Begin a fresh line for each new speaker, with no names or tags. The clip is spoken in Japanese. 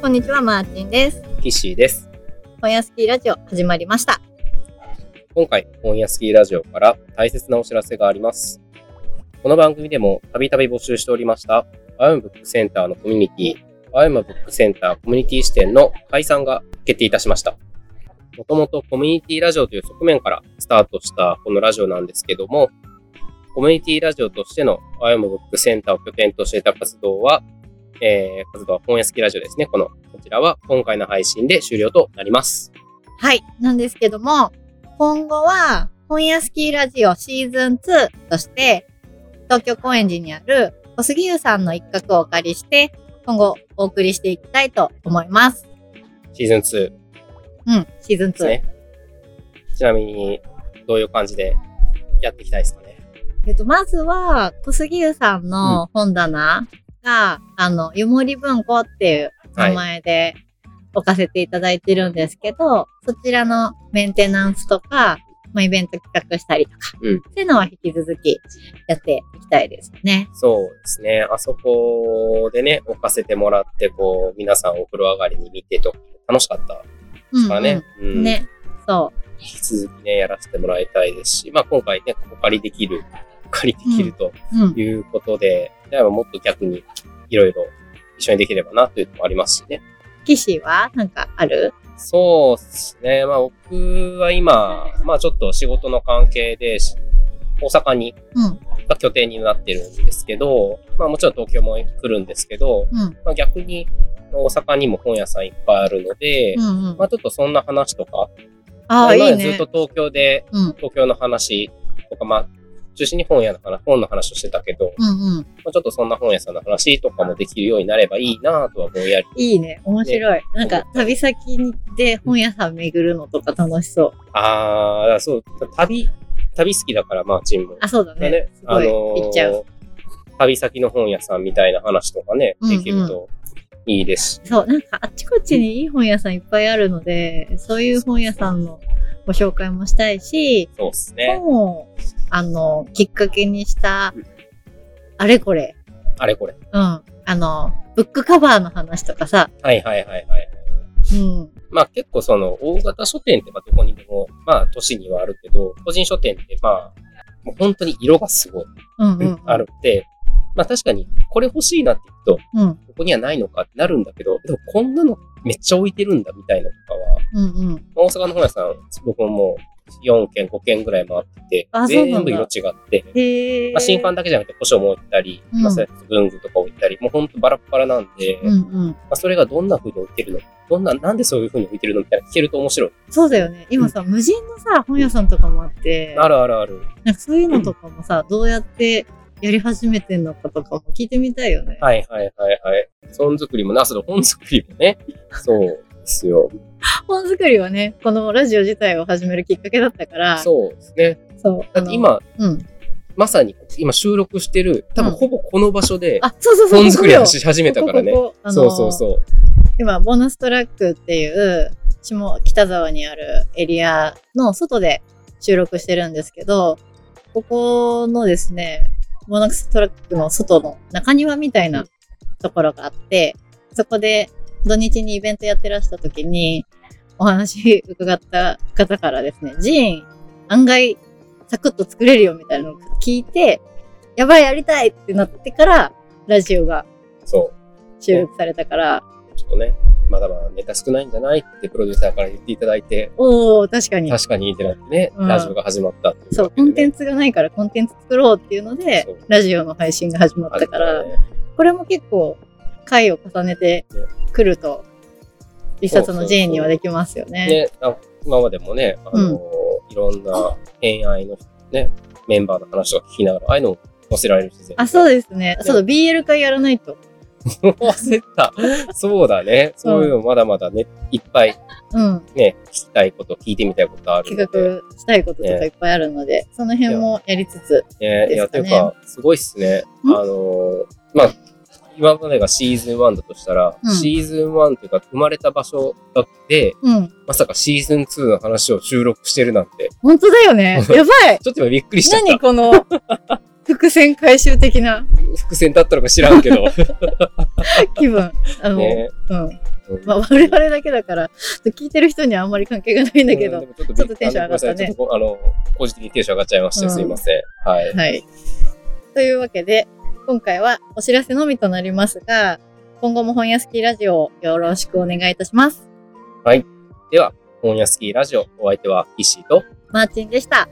こんにちは、マーティンです。
キッシーです。
本屋スキーラジオ始まりました。
今回、本屋スキーラジオから大切なお知らせがあります。この番組でもたびたび募集しておりました、アウムブックセンターのコミュニティ、アウムブックセンターコミュニティ支店の解散が決定いたしました。もともとコミュニティラジオという側面からスタートしたこのラジオなんですけども、コミュニティラジオとしてのアウムブックセンターを拠点としていた活動は、えー、活動は本屋スキーラジオですね。この、こちらは今回の配信で終了となります。
はい。なんですけども、今後は、本屋スキーラジオシーズン2として、東京高円寺にある小杉湯さんの一角をお借りして、今後お送りしていきたいと思います。
シーズン2、
うん、シーズン
です
2。
ね。ちなみに、どういう感じでやっていきたいですかね。
えっと、まずは、小杉湯さんの本棚が、あの、湯守文庫っていう
は
名
い。
前で置かせていただいてるんですけど、そちらのメンテナンスとか、まあ、イベント企画したりとか、
うん
っていうのは引き続きやっていきたいですね。
そうですね。あそこでね、置かせてもらって、こう、皆さんお風呂上がりに見てと、楽しかったで
うん
すからね。うん
うんね。そ
引き続きね、やらせてもらいたいですし、まあ今回ね、お借りできる、 お借りできると
う。うん。
いうことで、ではもっと逆にいろいろ一緒にできればなというのもありますしね。
岸はなんかある
そうですね。まあ僕は今、まあちょっと仕事の関係で、し大阪に
うん。
が拠点になってるんですけど、まあもちろん東京も来るんですけど、
うん。
まあ逆に大阪にも本屋さんいっぱいあるので、
うんうん
ま。あちょっとそんな話とか、
あ
ま
あ、
あ
い
今ま
い
でず
ね
っと。東京で
うん。
東京の話とか、まあ中心に本屋の話、本の話をしてたけど、
うんうん。
まあ、ちょっとそんな本屋さんの話とかもできるようになればいいなぁとはぼんやり。
いいね。面白い。なんか旅先にで本屋さん巡るのとか楽しそう。
あー、だからそう、旅、旅好きだから、まあチーム。
あ、そうだね。
ね
すごい、行っちゃう。
旅先の本屋さんみたいな話とかね、
うんうん
できるといいですし、
そう、なんかあっちこっちにいい本屋さんいっぱいあるので、そういう本屋さんのご紹介もしたいし、
そうですね。
本を、あの、きっかけにした
うん、
あれこれ、
あれこれ。
うん、あの、ブックカバーの話とかさ、
はいはいはいはい。
うん、
まあ結構その大型書店ってまあどこにでも、まあ都市にはあるけど、個人書店ってまあ、もう本当に色がすごい
うん、うん。
ある。ので、まあ確かにこれ欲しいなって言うと、
うん、
ここにはないのかってなるんだけど、でもこんなのめっちゃ置いてるんだみたいなのとかは、
うん、うん。
まあ大阪の本屋さん、僕ももう4軒5軒ぐらい回ってて
あ、そうなんだ
全部色違って、
へえ。
まあ、新刊だけじゃなくて、古書も置いたり、
うん
まあ、そうやって文具とか置いたり、もうほんとバラッバラなんで、
う
ま
ん、うん。
あ、それがどんな風に置いてるのどんな、なんでそういう風に置いてるのみたいな聞けると面白い。
そうだよね。今さ、無人のさ、本屋さんとかもあって、
あるあるある。
なんかそういうのとかもさ、どうやってやり始めてんのかとかも聞いてみたいよね。
はいはいはいはい。本作りもなすの本作りもね。そうですよ。
本作りはね、このラジオ自体を始めるきっかけだったから、そう。
そうですね。だって今、
うん。
まさに今収録してる、多分ほぼこの場所で
あ、そうそうそう。
本作りを
こ
し始
こ
め
よ
たからね。
ここここあの
そうそうそう。
今、ボーナストラックっていう、下北沢にあるエリアの外で収録してるんですけど、ここのですね、ボーナストラックの外の中庭みたいなところがあって、そこで土日にイベントやってらした時に、お話伺った方からですね、ジーン、案外、サクッと作れるよみたいなのを聞いて、やばい、やりたいってなってから、ラジオが
そう。
収録されたから、
ちょっとね、まだまだネタ少ないんじゃないってプロデューサーから言っていただいて、
おお確かに。
確かにってなってね、
うん
ラジオが始まったってい
そう、コンテ
ン
ンツがないからコンテンツ作ろうっていうので
そう、
ラジオの配信が始まったから、これも結構回を重ねてくると、一冊のジェーンにはできますよね。
ね、あ今までもね、あの、いろんな恋愛のね、メンバーの話を聞きながら、ああいうのを載せられる自然
あ、そうですね。そうだ、BL 会やらないと。
忘れた。そうだね。そういうのまだまだね、いっぱい
うん。
ね、聞きたいこと、聞いてみたいことあるの
企
で。
画したいこととかいっぱいあるので、その辺もやりつつ。
ね、い
です
や、
か
と
ね
いうか、すごいっすね。あ
ん
のー、まあ、今までがシーズン1だとしたら、
うん
シーズン1というか、生まれた場所だって、
うん。
まさかシーズン2の話を収録してるなんて、
本当だよ ね。やばい
ちょっと今びっくりしちゃっ
何この、伏線回収的な
た。伏線だったのか知らんけど。
気分。あの、
ね、
うん。
ううん
まあ、我々だけだから、聞いてる人にはあんまり関係がないんだけ
う
ど
で。もちょっと
ちょっとテンション上がったね
あのごめんなさいちょっとこあの、個人的にテンション上がっちゃいました。
うん
すいません。はい。
はい。というわけで、今回はお知らせのみとなりますが、今後も本屋スキーラジオをよろしくお願いいたします。
では、本屋スキーラジオ、お相手は、石井と、
マーチンでした。